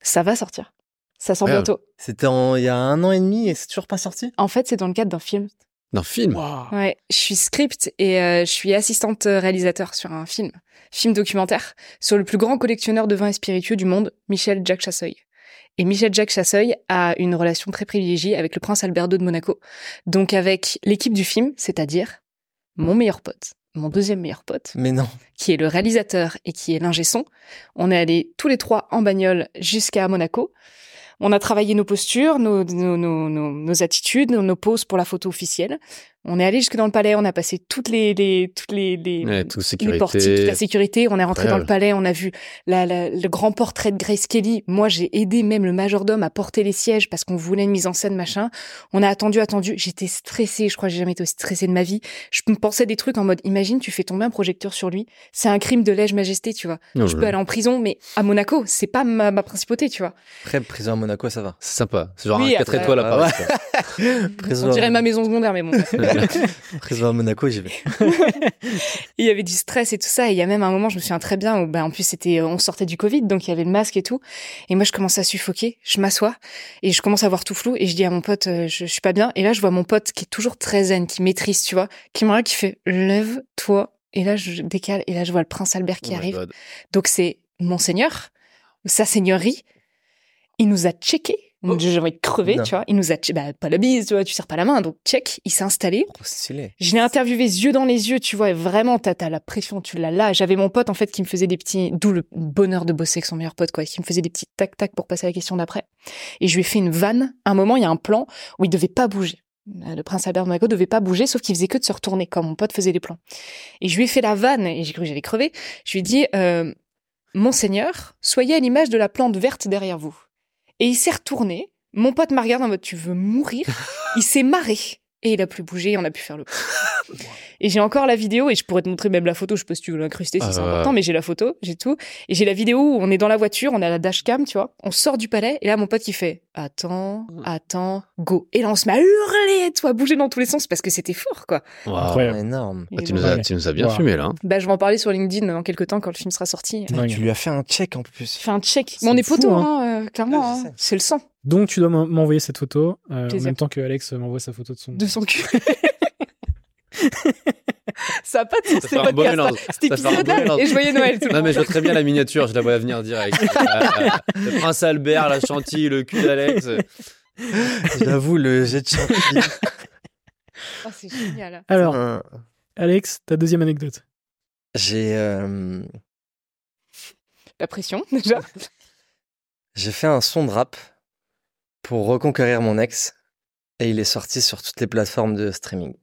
Ça va sortir. Ça sort Ouais. bientôt. C'était en- il y a un an et demi et c'est toujours pas sorti En fait, c'est dans le cadre d'un film. D'un film. Waouh. Ouais, je suis script et euh, je suis assistante réalisateur sur un film, film documentaire, sur le plus grand collectionneur de vins et spiritueux du monde, Michel Jacques Chasseuil. Et Michel Jacques Chasseuil a une relation très privilégiée avec le prince Albert II de Monaco, donc avec l'équipe du film, c'est-à-dire mon meilleur pote, mon deuxième meilleur pote, Mais non. qui est le réalisateur et qui est l'ingé son. On est allés tous les trois en bagnole jusqu'à Monaco. On a travaillé nos postures, nos, nos, nos, nos, nos attitudes, nos, nos poses pour la photo officielle. On est allé jusque dans le palais, on a passé toutes les, les, toutes les, les, Ouais, tout les Eh, portiques, toute sécurité. la sécurité. On est rentré dans le Incroyable. palais, on a vu la- la- le grand portrait de Grace Kelly. Moi, j'ai aidé même le majordome à porter les sièges parce qu'on voulait une mise en scène, machin. On a attendu, attendu. J'étais stressée. Je crois que j'ai jamais été aussi stressée de ma vie. Je me pensais des trucs en mode, imagine, tu fais tomber un projecteur sur lui. C'est un crime de lèse-majesté, tu vois. Non, Je peux je- aller en prison, mais à Monaco, c'est pas ma, ma principauté, tu vois. Après, prison à Monaco, ça va. C'est sympa. C'est genre Oui, un 4 après- étoiles à Paris. Prison, On dirait à... ma maison secondaire, mais bon. prison à Monaco, j'y vais. il y avait du stress et tout ça. Et il y a même un moment, je me souviens très bien, où ben, en plus, c'était, on sortait du Covid, donc il y avait le masque et tout. Et moi, je commence à suffoquer. Je m'assois et je commence à voir tout flou. Et je dis à mon pote, euh, je, je suis pas bien. Et là, je vois mon pote qui est toujours très zen, qui maîtrise, tu vois, qui me regarde, qui fait lève-toi. Et là, je décale. Et là, je vois le prince Albert qui Oh my arrive. God. Donc, c'est Monseigneur, sa seigneurie. Il nous a checké. Oh. Donc, J'ai envie de crever, Non. tu vois. Il nous a, che- bah, pas la bise, tu vois, tu serres pas la main. Donc, check. Il s'est installé. Trop Oh, stylé. Je l'ai interviewé yeux dans les yeux, tu vois, et vraiment, t'as t'as la pression, tu l'as là. J'avais mon pote, en fait, qui me faisait des petits, d'où le bonheur de bosser avec son meilleur pote, quoi, qui me faisait des petits tac-tac pour passer à la question d'après. Et je lui ai fait une vanne. À un moment, il y a un plan où il devait pas bouger. Euh, Le prince Albert de Monaco devait pas bouger, sauf qu'il faisait que de se retourner, quand mon pote faisait les plans. Et je lui ai fait la vanne, et j'ai cru que j'allais crever. Je lui ai dit, euh, Monseigneur, soyez à l'image de la plante verte derrière vous. Et il s'est retourné. Mon pote m'a regardé en mode, tu veux mourir? Il s'est marré. Et il a plus bougé, et on a pu faire le (laughs) et j'ai encore la vidéo, et je pourrais te montrer même la photo, je sais pas si tu veux l'incruster, si Ah c'est ouais. important, mais j'ai la photo, j'ai tout. Et j'ai la vidéo où on est dans la voiture, on a la dashcam, tu vois. On sort du palais, et là, mon pote, il fait Attends, attends, go. Et là, on se met à hurler, tu vois, à bouger dans tous les sens, parce que c'était fort, quoi. Waouh. Incroyable. Énorme. Ah, tu, Et nous voilà. as, tu nous as bien Waouh. fumé là. hein. Bah, je vais en parler sur LinkedIn dans quelques temps quand le film sera sorti. Putain, Dingue. tu lui as fait un check en plus. Je fais un check. C'est Mais on est fou, potos, hein. hein, euh, clairement. Ouais, je hein. sais. C'est le sang Donc, tu dois m'en- m'envoyer cette photo euh, en Plaisir. même temps que Alex m'envoie sa photo de son. de son cul. (laughs) ça a pas de sens, Ça ce fait un beau podcast, mélange. Cet Ça fait un beau épisode-là, mélange. et joyeux Noël, tout le Non, monde. mais je vois très bien la miniature, je la vois venir direct. Euh, euh, le prince Albert, la chantilly, le cul d'Alex. euh, J'avoue, le jet de chantilly. Oh, c'est génial. Alors, Hein. Alex, ta deuxième anecdote. (laughs) J'ai euh, La pression, déjà. j'ai fait un son de rap pour reconquérir mon ex et il est sorti sur toutes les plateformes de streaming.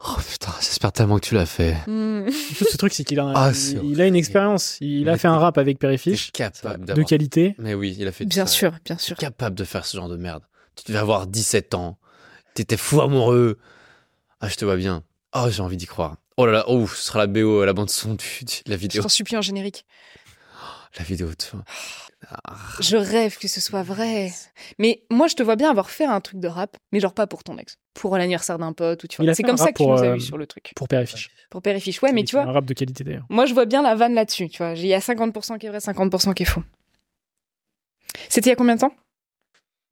Oh putain, j'espère tellement que tu l'as fait. (laughs) Hmm. En fait, ce truc, c'est qu'il a, Ah, c'est il, horrible. il a une expérience. Il a fait un rap avec Perifiche T'es capable de d'avoir. qualité. Mais oui, il a fait tout Bien ça. sûr, bien sûr. capable de faire ce genre de merde. Tu devais avoir 17 ans. T'étais fou amoureux. Ah, je te vois bien. Oh, j'ai envie d'y croire. Oh là là, oh, ce sera la BO, la bande son du- du- de la Je vidéo. t'en supplie un générique. La vidéo de fin. Ah, Je rêve que ce soit vrai. Mais moi, je te vois bien avoir fait un truc de rap, mais genre pas pour ton ex, pour l'anniversaire d'un pote ou tu Il vois. a C'est fait un comme ça rap que tu pour, nous as euh, eu sur le truc. Pour Perifiche. Pour Périfiche, ouais, mais tu Un vois, rap de qualité d'ailleurs. moi je vois bien la vanne là-dessus, tu vois. Il y a 50% qui est vrai, 50% qui est faux. C'était il y a combien de temps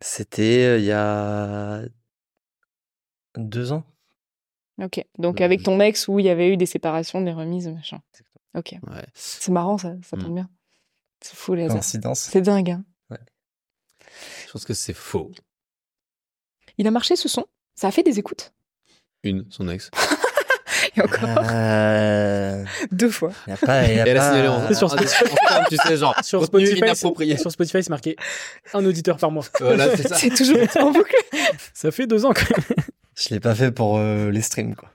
C'était euh, il y a deux ans. Ok. Donc Mm. avec ton ex où il y avait eu des séparations, des remises, machin. Ok. Ouais. C'est marrant ça, ça Mm. tombe bien. C'est fou les hasards. Coïncidence. C'est dingue. hein. Je pense que c'est faux. Il a marché ce son. Ça a fait des écoutes. Une, son ex. Et encore Euh, (laughs) deux fois. y a pas, y a Et elle Ah, a pas- signalé en, (laughs) C'est sur- en- en spam, tu sais, genre, Sur Ah, contenu Spotify, inapproprié. (laughs) c'est- sur Spotify, c'est marqué un auditeur par mois. Voilà, c'est ça. (laughs) C'est toujours en boucle. (laughs) Ça fait deux ans. que- Je l'ai pas fait pour euh, les streams, quoi.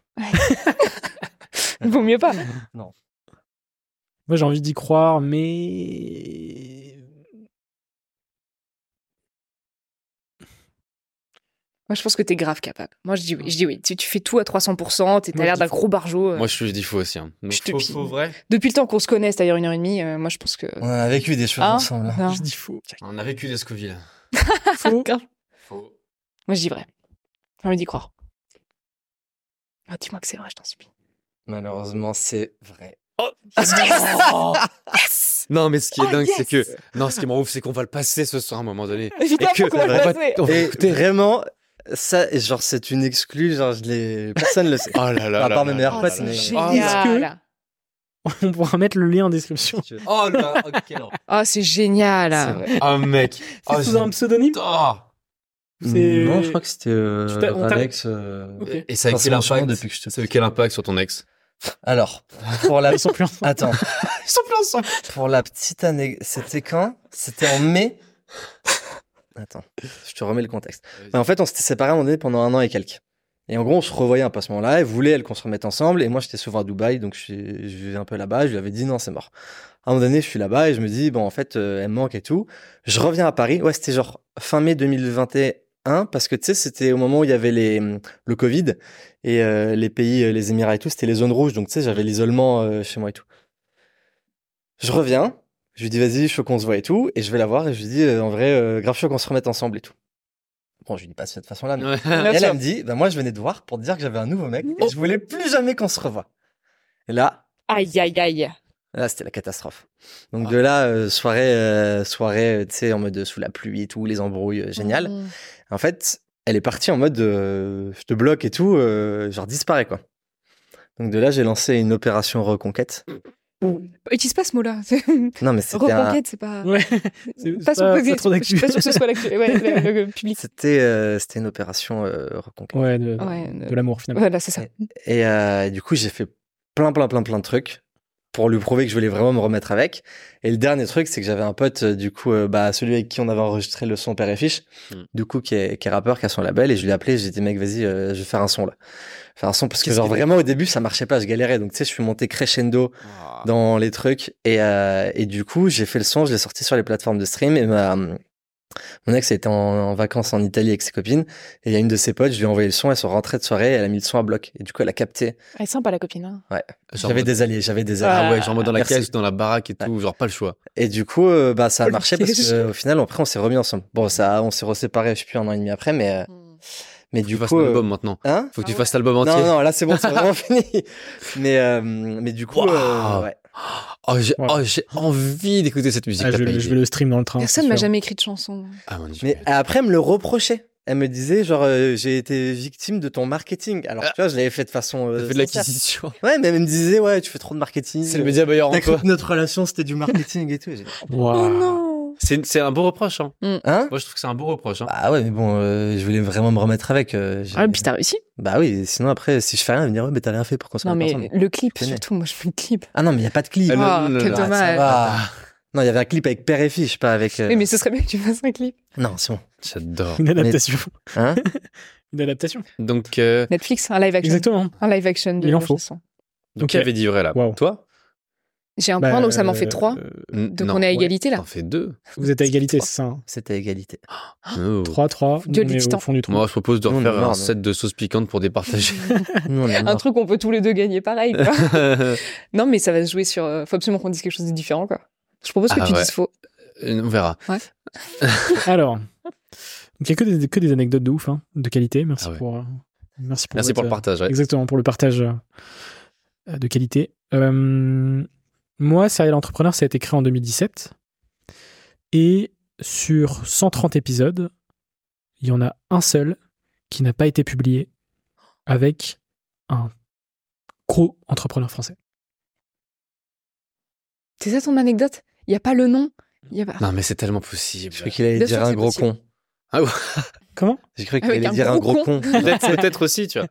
Vaut mieux pas. Moi, j'ai envie d'y croire, mais Moi, je pense que t'es grave capable. Moi, je dis oui. Je dis oui. Tu, tu fais tout à 300%, t'es- Moi, t'as je l'air dis d'un faux. gros barjot. euh. Moi, je dis faux aussi. hein. Donc, Je te faux, pisse. faux, vrai. Depuis le temps qu'on se connaît, c'est-à-dire une heure et demie, euh, moi, je pense que. On a vécu des choses Ah. ensemble. hein. Non. je dis faux. On a vécu des Scoville. Faux. Grave. Faux. Moi, je dis vrai. J'ai envie d'y croire. Ah, Dis-moi que c'est vrai, je t'en supplie. Malheureusement, c'est vrai. Yes Non, mais ce qui est Oh, dingue, yes c'est que. (laughs) Non, ce qui me rend ouf, c'est qu'on va le passer ce soir à un moment donné. Putain, Et que- pourquoi on on l'a va- passé on va Et écouter. vraiment, ça, genre, c'est une exclue, genre, je l'ai... Personne le (laughs) sait. Oh là là. À là là part mes là meilleurs là potes, là mais- là. Génial. On pourra mettre le lien en description. Oh là, oh, (laughs) quel enfer. Ah, c'est génial. C'est Oh mec. C'est Oh, sous un pseudonyme. Oh. C'est- Non, je crois que c'était euh, Tu t'as- on t'a- Alex. euh, Ok. Et ça a Enfin, quel c'est mon chemin impact depuis que je te- Ça a eu quel impact sur ton ex Alors, pour (laughs) la... Ils sont plus ensemble. Attends, Ils sont plus ensemble. pour la petite anecdote, c'était quand C'était en mai. Attends, je te remets le contexte. Mais en fait, on s'était séparés à un moment donné pendant un an et quelques. Et en gros, on se revoyait un peu à ce moment-là. Elle voulait, elle, qu'on se remette ensemble. Et moi, j'étais souvent à Dubaï, donc je, suis- je vivais un peu là-bas. Je lui avais dit non, c'est mort. À un moment donné, je suis là-bas et je me dis, bon, en fait, euh, elle me manque et tout. Je reviens à Paris. Ouais, c'était genre fin mai 2021, parce que tu sais, c'était au moment où il y avait les, le Covid et euh, les pays, euh, les Émirats et tout, c'était les zones rouges. Donc tu sais, j'avais l'isolement euh, chez moi et tout. Je reviens, je lui dis, vas-y, je veux qu'on se voit et tout. Et je vais la voir et je lui dis, euh, en vrai, euh, grave chaud qu'on se remette ensemble et tout. Bon, je lui dis pas de cette façon-là, mais. Ouais. Et elle, elle me dit, bah, moi, je venais te voir pour te dire que j'avais un nouveau mec et je voulais plus jamais qu'on se revoie. Et là, Aïe, aïe, aïe. là, c'était la catastrophe. Donc, Ah. de là, euh, soirée, euh, soirée, euh, tu sais, en mode euh, sous la pluie et tout, les embrouilles, euh, génial. Mmh. En fait, elle est partie en mode, euh, je te bloque et tout, euh, genre, disparaît, quoi. Donc, de là, j'ai lancé une opération reconquête. Utilise pas ce mot-là. (laughs) Non, mais c'était un, Reconquête, c'est pas. Ouais. C'est- c'est Pas, son pas- posé- pas trop Je suis pas sûre que ce soit l'actu- ouais, le, le- (laughs) le public. C'était euh, c'était une opération euh, reconquête. Ouais, de, Ouais, de de- l'amour finalement. Voilà, c'est ça. Et euh, du coup, j'ai fait plein, plein, plein, plein de trucs pour lui prouver que je voulais vraiment me remettre avec. Et le dernier truc, c'est que j'avais un pote, euh, du coup, euh, bah, celui avec qui on avait enregistré le son Père et Fiche, Mm. du coup, qui est, qui est rappeur, qui a son label, et je lui ai appelé, j'ai dit, mec, vas-y, euh, je vais faire un son là. Faire un son, parce que Qu'est-ce genre qu'il vraiment au début, ça marchait pas, je galérais. Donc, tu sais, je suis monté crescendo Ah. dans les trucs, et, euh, et du coup, j'ai fait le son, je l'ai sorti sur les plateformes de stream, et ma, mon ex était en, en vacances en Italie avec ses copines, et il y a une de ses potes, je lui ai envoyé le son, elles sont rentrées de soirée, elle a mis le son à bloc, et du coup, elle a capté. Elle est sympa, la copine. hein. Genre- J'avais des alliés, j'avais des alliés. Ah ouais, genre en mode dans la Merci. caisse, dans la baraque et tout, genre pas le choix. Et du coup, euh, bah, ça a Oh, le marché parce piège. qu'au final, après, on s'est remis ensemble. Bon, ça, on s'est reséparés, je sais plus, un an et demi après, mais, euh, Mm. mais Tu du fasses coup. euh, l'album maintenant. hein Faut que Ah tu ouais. fasses l'album Non, entier. non, là, c'est bon, (laughs) c'est vraiment fini. Mais, euh, mais du coup, Waouh. euh, ouais. Oh, j'ai Ouais. oh, j'ai envie d'écouter cette musique. Ah, t'as je, pas vais- idée. je vais le stream dans le train. Personne c'est m'a sûr. jamais écrit de chanson. Ah mon dieu. Mais après, elle me le reprochait. Elle me disait, genre, euh, j'ai été victime de ton marketing. Alors, tu vois, je l'avais Ah. fait de façon. T'as euh, fait de sincère. l'acquisition. Ouais, mais elle me disait, ouais, tu fais trop de marketing. euh, C'est le média meilleur T'as en cru toi. que notre relation, c'était du marketing et tout. J'ai- Waouh. Oh non C'est c'est un beau reproche. Hein. Hein Moi, je trouve que c'est un beau reproche. Hein. Bah ouais, mais bon, euh, je voulais vraiment me remettre avec. euh, j'ai- Ah, puis t'as réussi. Bah oui, sinon après, si je fais rien, elle va me dire, ouais, mais t'as rien fait pour qu'on se Non, remette mais ensemble. le clip, Tenez. surtout, moi, je fais le clip. Ah non, mais il n'y a pas de clip. Elle- Ah, non, Ah, non, (laughs) quel non, ça dommage. va. Non, il y avait un clip avec Père et Fiche, pas avec. euh, Oui, mais ce serait bien que tu fasses un clip. Non, c'est bon. J'adore. Une adaptation. Hein (laughs) Une adaptation. Donc, euh, Netflix, un live action. Exactement. Un live action de Il en la faut. chanson. donc Ok. il avait dit vrai là. Wow. Toi J'ai Bah, un point, donc ça m'en euh, fait trois. N- Donc non. on est à Ouais. égalité, là. T'en fais deux. Vous êtes à égalité, Trois. c'est ça. hein. C'était égalité. Oh. 3-3. Dieu on des est au titans. fond du trou. Moi, je propose de Nous, on est refaire marre, un nous. set de sauce piquante pour (laughs) départager. Nous, on est Un morts. (laughs) truc qu'on peut tous les deux gagner (laughs) pareil. quoi. Euh, non, mais ça va se jouer sur. euh, Faut absolument qu'on dise quelque chose de différent, quoi. Je propose que Ah, tu ouais. dises faux. on verra. (laughs) Alors, il n'y a que des, que des anecdotes de ouf, hein, de qualité. Merci, Ah ouais. pour, euh, merci pour. Merci pour le votre- partage. ouais. Exactement, pour le partage euh, euh, de qualité. Euh, moi, Serial Entrepreneur, ça a été créé en 2017. Et sur 130 épisodes, il y en a un seul qui n'a pas été publié avec un gros entrepreneur français. C'est ça ton anecdote Il n'y a pas le nom Il y a pas. Non, mais c'est tellement possible. (laughs) J'ai cru qu'il allait Bien sûr dire que un c'est gros possible. con. Ah ouais. Comment J'ai cru qu'il Avec allait un dire un gros (laughs) gros con. Peut-être peut-être aussi, tu vois.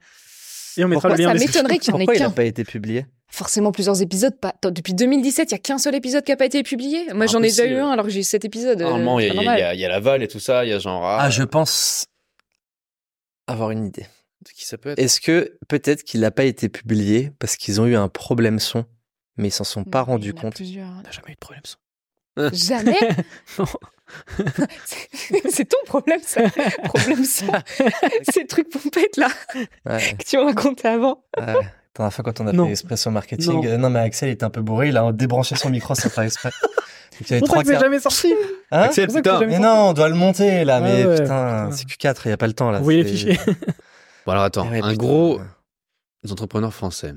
Et on mettra Moi, le lien en ça description. m'étonnerait qu'il y en ait Pourquoi il n'a qu'un. pas été publié Forcément, plusieurs épisodes. Pas... Attends, depuis 2017, il y a qu'un seul épisode qui a pas été publié. Moi, j'en ai déjà Impossible. eu un alors que j'ai sept épisodes. euh, Normalement, Ah, il y, a- pas il y a- normal. il y a- il y a Laval et tout ça, il y a genre. ah, je pense avoir une idée. Qui ça peut être Est-ce que peut-être qu'il n'a pas été publié parce qu'ils ont eu un problème son, mais ils s'en sont pas Il y en rendus a (laughs) compte plusieurs. T'as jamais eu de problème. ça. Jamais. Non. (laughs) C'est- C'est ton problème, ça. (laughs) problème, ça. C'est le truc pompette, là, Ouais, que tu m'as raconté avant. ouais. (laughs) T'en as fait quand on a Non. fait Espresso Marketing. Non. euh, Non. mais Axel était un peu bourré, il a débranché son micro sans faire exprès. Donc, il y avait Pour ça trois que c'est quarts. jamais sorti. Hein Axel, C'est pour ça que putain. j'ai jamais mais sorti. non, on doit le monter là, mais Ah Ouais, ouais, putain, putain. c'est Q4, il n'y a pas le temps là. Vous voyez les c'est- fichiers. Bon, alors attends, Eh Ouais, un putain. gros entrepreneur français.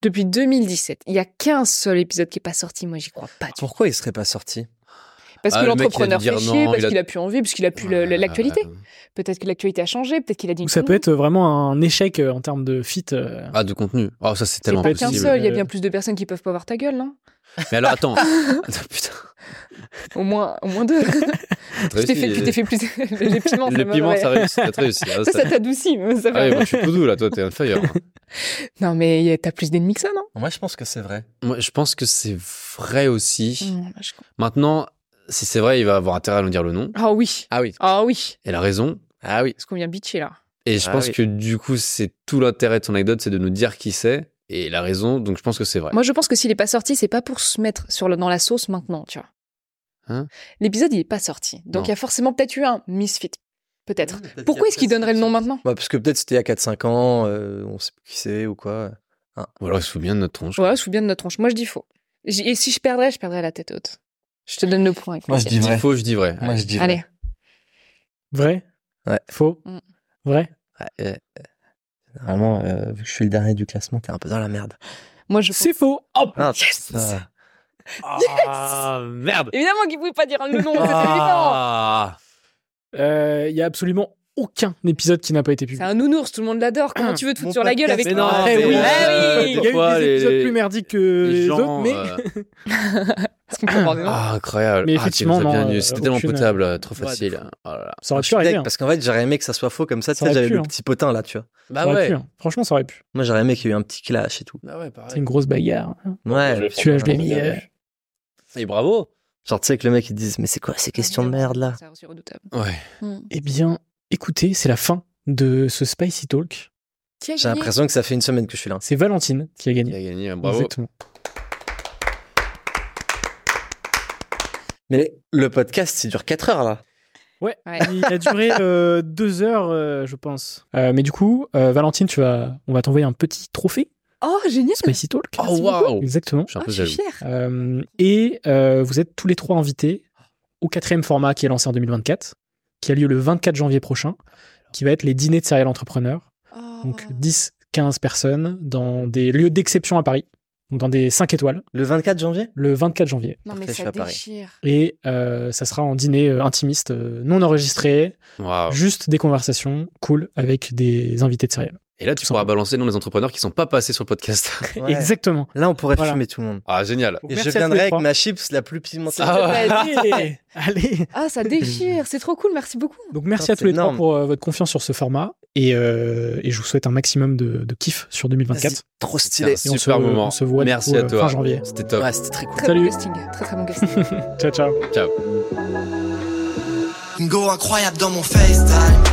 Depuis 2017, il y a qu'un seul épisode qui est pas sorti. Moi, j'y crois pas. du tout. Pourquoi il serait pas sorti Parce Ah, que le mec, il a dû l'entrepreneur dire fait chier, non, parce il a- qu'il a plus envie, parce qu'il a plus la- Euh, la- l'actualité. Peut-être que l'actualité a changé, peut-être qu'il a dit. Ou une ça peut connerie. être vraiment un échec euh, en termes de fit. euh, Ah, de contenu. Oh, ça, c'est C'est tellement pas être Qu'un possible. seul, il y a Euh, bien plus de personnes qui peuvent pas voir ta gueule, hein. non Mais alors, (laughs) attends. Attends, putain. Au moins, au moins (laughs) deux. tu t'es fait, tu t'es fait plus. (laughs) le piment, ça Le m'a- piment, ouais. ça réussit. Ça te réussit. Ah, (laughs) Ça, ça- ça t'adoucit. mais ça Ah fait- oui, moi, je suis tout doux, là. Toi, t'es un (laughs) fire. Non, mais y a- t'as plus d'ennemis que ça, non Moi, je pense que c'est vrai. Moi, je pense que c'est vrai aussi. Hum, je comprends. Maintenant, si c'est vrai, il va avoir intérêt à nous dire le nom. Ah oui, Ah oui. ah oui. Elle a raison. Ah oui. Parce qu'on vient bitcher là. Et je Ah pense oui. que du coup, c'est tout l'intérêt de ton anecdote, c'est de nous dire qui c'est. Et il a raison, donc je pense que c'est vrai. Moi, je pense que s'il est pas sorti, c'est pas pour se mettre sur le, dans la sauce maintenant, tu vois. Hein L'épisode, il est pas sorti. Non. Donc, il y a forcément peut-être eu un misfit. Peut-être. Pourquoi est-ce qu'il donnerait le nom maintenant Bah, Parce que peut-être c'était il y a 4-5 ans, euh, on sait plus qui c'est ou quoi. Ou alors, il se fout bien de notre tronche. Ouais, je suis bien de notre tronche. Moi, je dis faux. J- Et si je perdrais, je perdrais la tête haute. Je te donne le point. avec Moi, je Michel. dis Je dis vrai. faux, je dis vrai. Moi, je dis Allez. Vrai Ouais. Faux Mm. Vrai Normalement, euh, vu que je suis le dernier du classement, t'es un peu dans la merde. Moi, je. C'est faux Oh Ah, Yes putain. (laughs) Ah, merde. Évidemment qu'il pouvait pas dire le nom. C'était évident. Ah. Il Euh, y a absolument aucun épisode qui n'a pas été C'est publié. un nounours. Tout le monde l'adore. Comment tu veux te Ah. Mon foutre sur la gueule avec podcast, Mais non, Ah, mais, oui. euh, Il Ah oui. y a eu parfois, des les- épisodes plus merdiques que les les gens, autres, mais (laughs) euh, Parce qu'on comprend rien. Ah, incroyable. Mais Ah, tu effectivement, nous as bien non, eu. euh, C'était tellement aucune- potable, euh, trop Ouais, de facile. fou. Oh là là. ça aurait pu Je suis arriver. deg, hein. parce qu'en fait, j'aurais aimé que ça soit faux comme ça. Tu Ça sais, aurait j'avais pu, le hein. petit potin là, tu vois. Ça Bah aurait ouais. pu, hein. Franchement, ça aurait pu. Moi, j'aurais aimé qu'il y ait eu un petit clash et tout. Bah ouais, C'est pareil. une grosse bagarre. je Ouais. l'ai Tu l'as, je l'ai mis. euh, Et bravo. Genre, tu sais, que le mec, il disent, mais c'est quoi ces questions de merde là C'est redoutable. Ouais. Hum. Eh bien, écoutez, c'est la fin de ce Spicy Talk. Qui a J'ai gagné l'impression que ça fait une semaine que je suis là. C'est Valentine qui a Il gagné. a gagné. euh, Bravo. Exactement. Mais le podcast, c'est dure 4 heures là. Ouais. Il a duré euh, deux heures, euh, je pense. Euh, mais du coup, euh, Valentine, tu vas, on va t'envoyer un petit trophée Oh, génial. Spicy Talk. Oh waouh. Exactement. Je suis un Oh, peu je jaloux. suis fière. Euh, et euh, vous êtes tous les trois invités au quatrième format qui est lancé en 2024, qui a lieu le 24 janvier prochain, qui va être les dîners de serial entrepreneur. Ah. Donc Oh. 10, 15 personnes dans des lieux d'exception à Paris, donc dans des 5 étoiles, Le (laughs) 24 janvier le 24 janvier. Non, mais Après, je suis ça à Paris. déchire. Et euh, ça sera en dîner euh, intimiste, euh, non enregistré, Ah. Waouh. juste des conversations cool avec des invités de serial. Et là, tu pourras balancer le nom des entrepreneurs qui sont pas passés sur le podcast. Ouais. Exactement. Là, on pourrait Voilà. fumer tout le monde. Ah, génial. Donc, Et merci je à tous les viendrai avec trois. ma chips la plus pimentée. Ah ouais. (laughs) Allez, allez. Ah, ça déchire. C'est trop cool. Merci beaucoup. Donc merci Putain, à tous les c'est énorme. trois pour euh, votre confiance sur ce format et, euh, et je vous souhaite un maximum de, de kiff sur 2024. Vas-y, Trop C'était stylé. un Et on super se- moment. on se voit, du Merci coup, à euh, toi. fin janvier. C'était top. Ouais, c'était très cool. Très Salut. bon casting. Très, très bon casting. Ciao ciao. Une go incroyable dans mon FaceTime.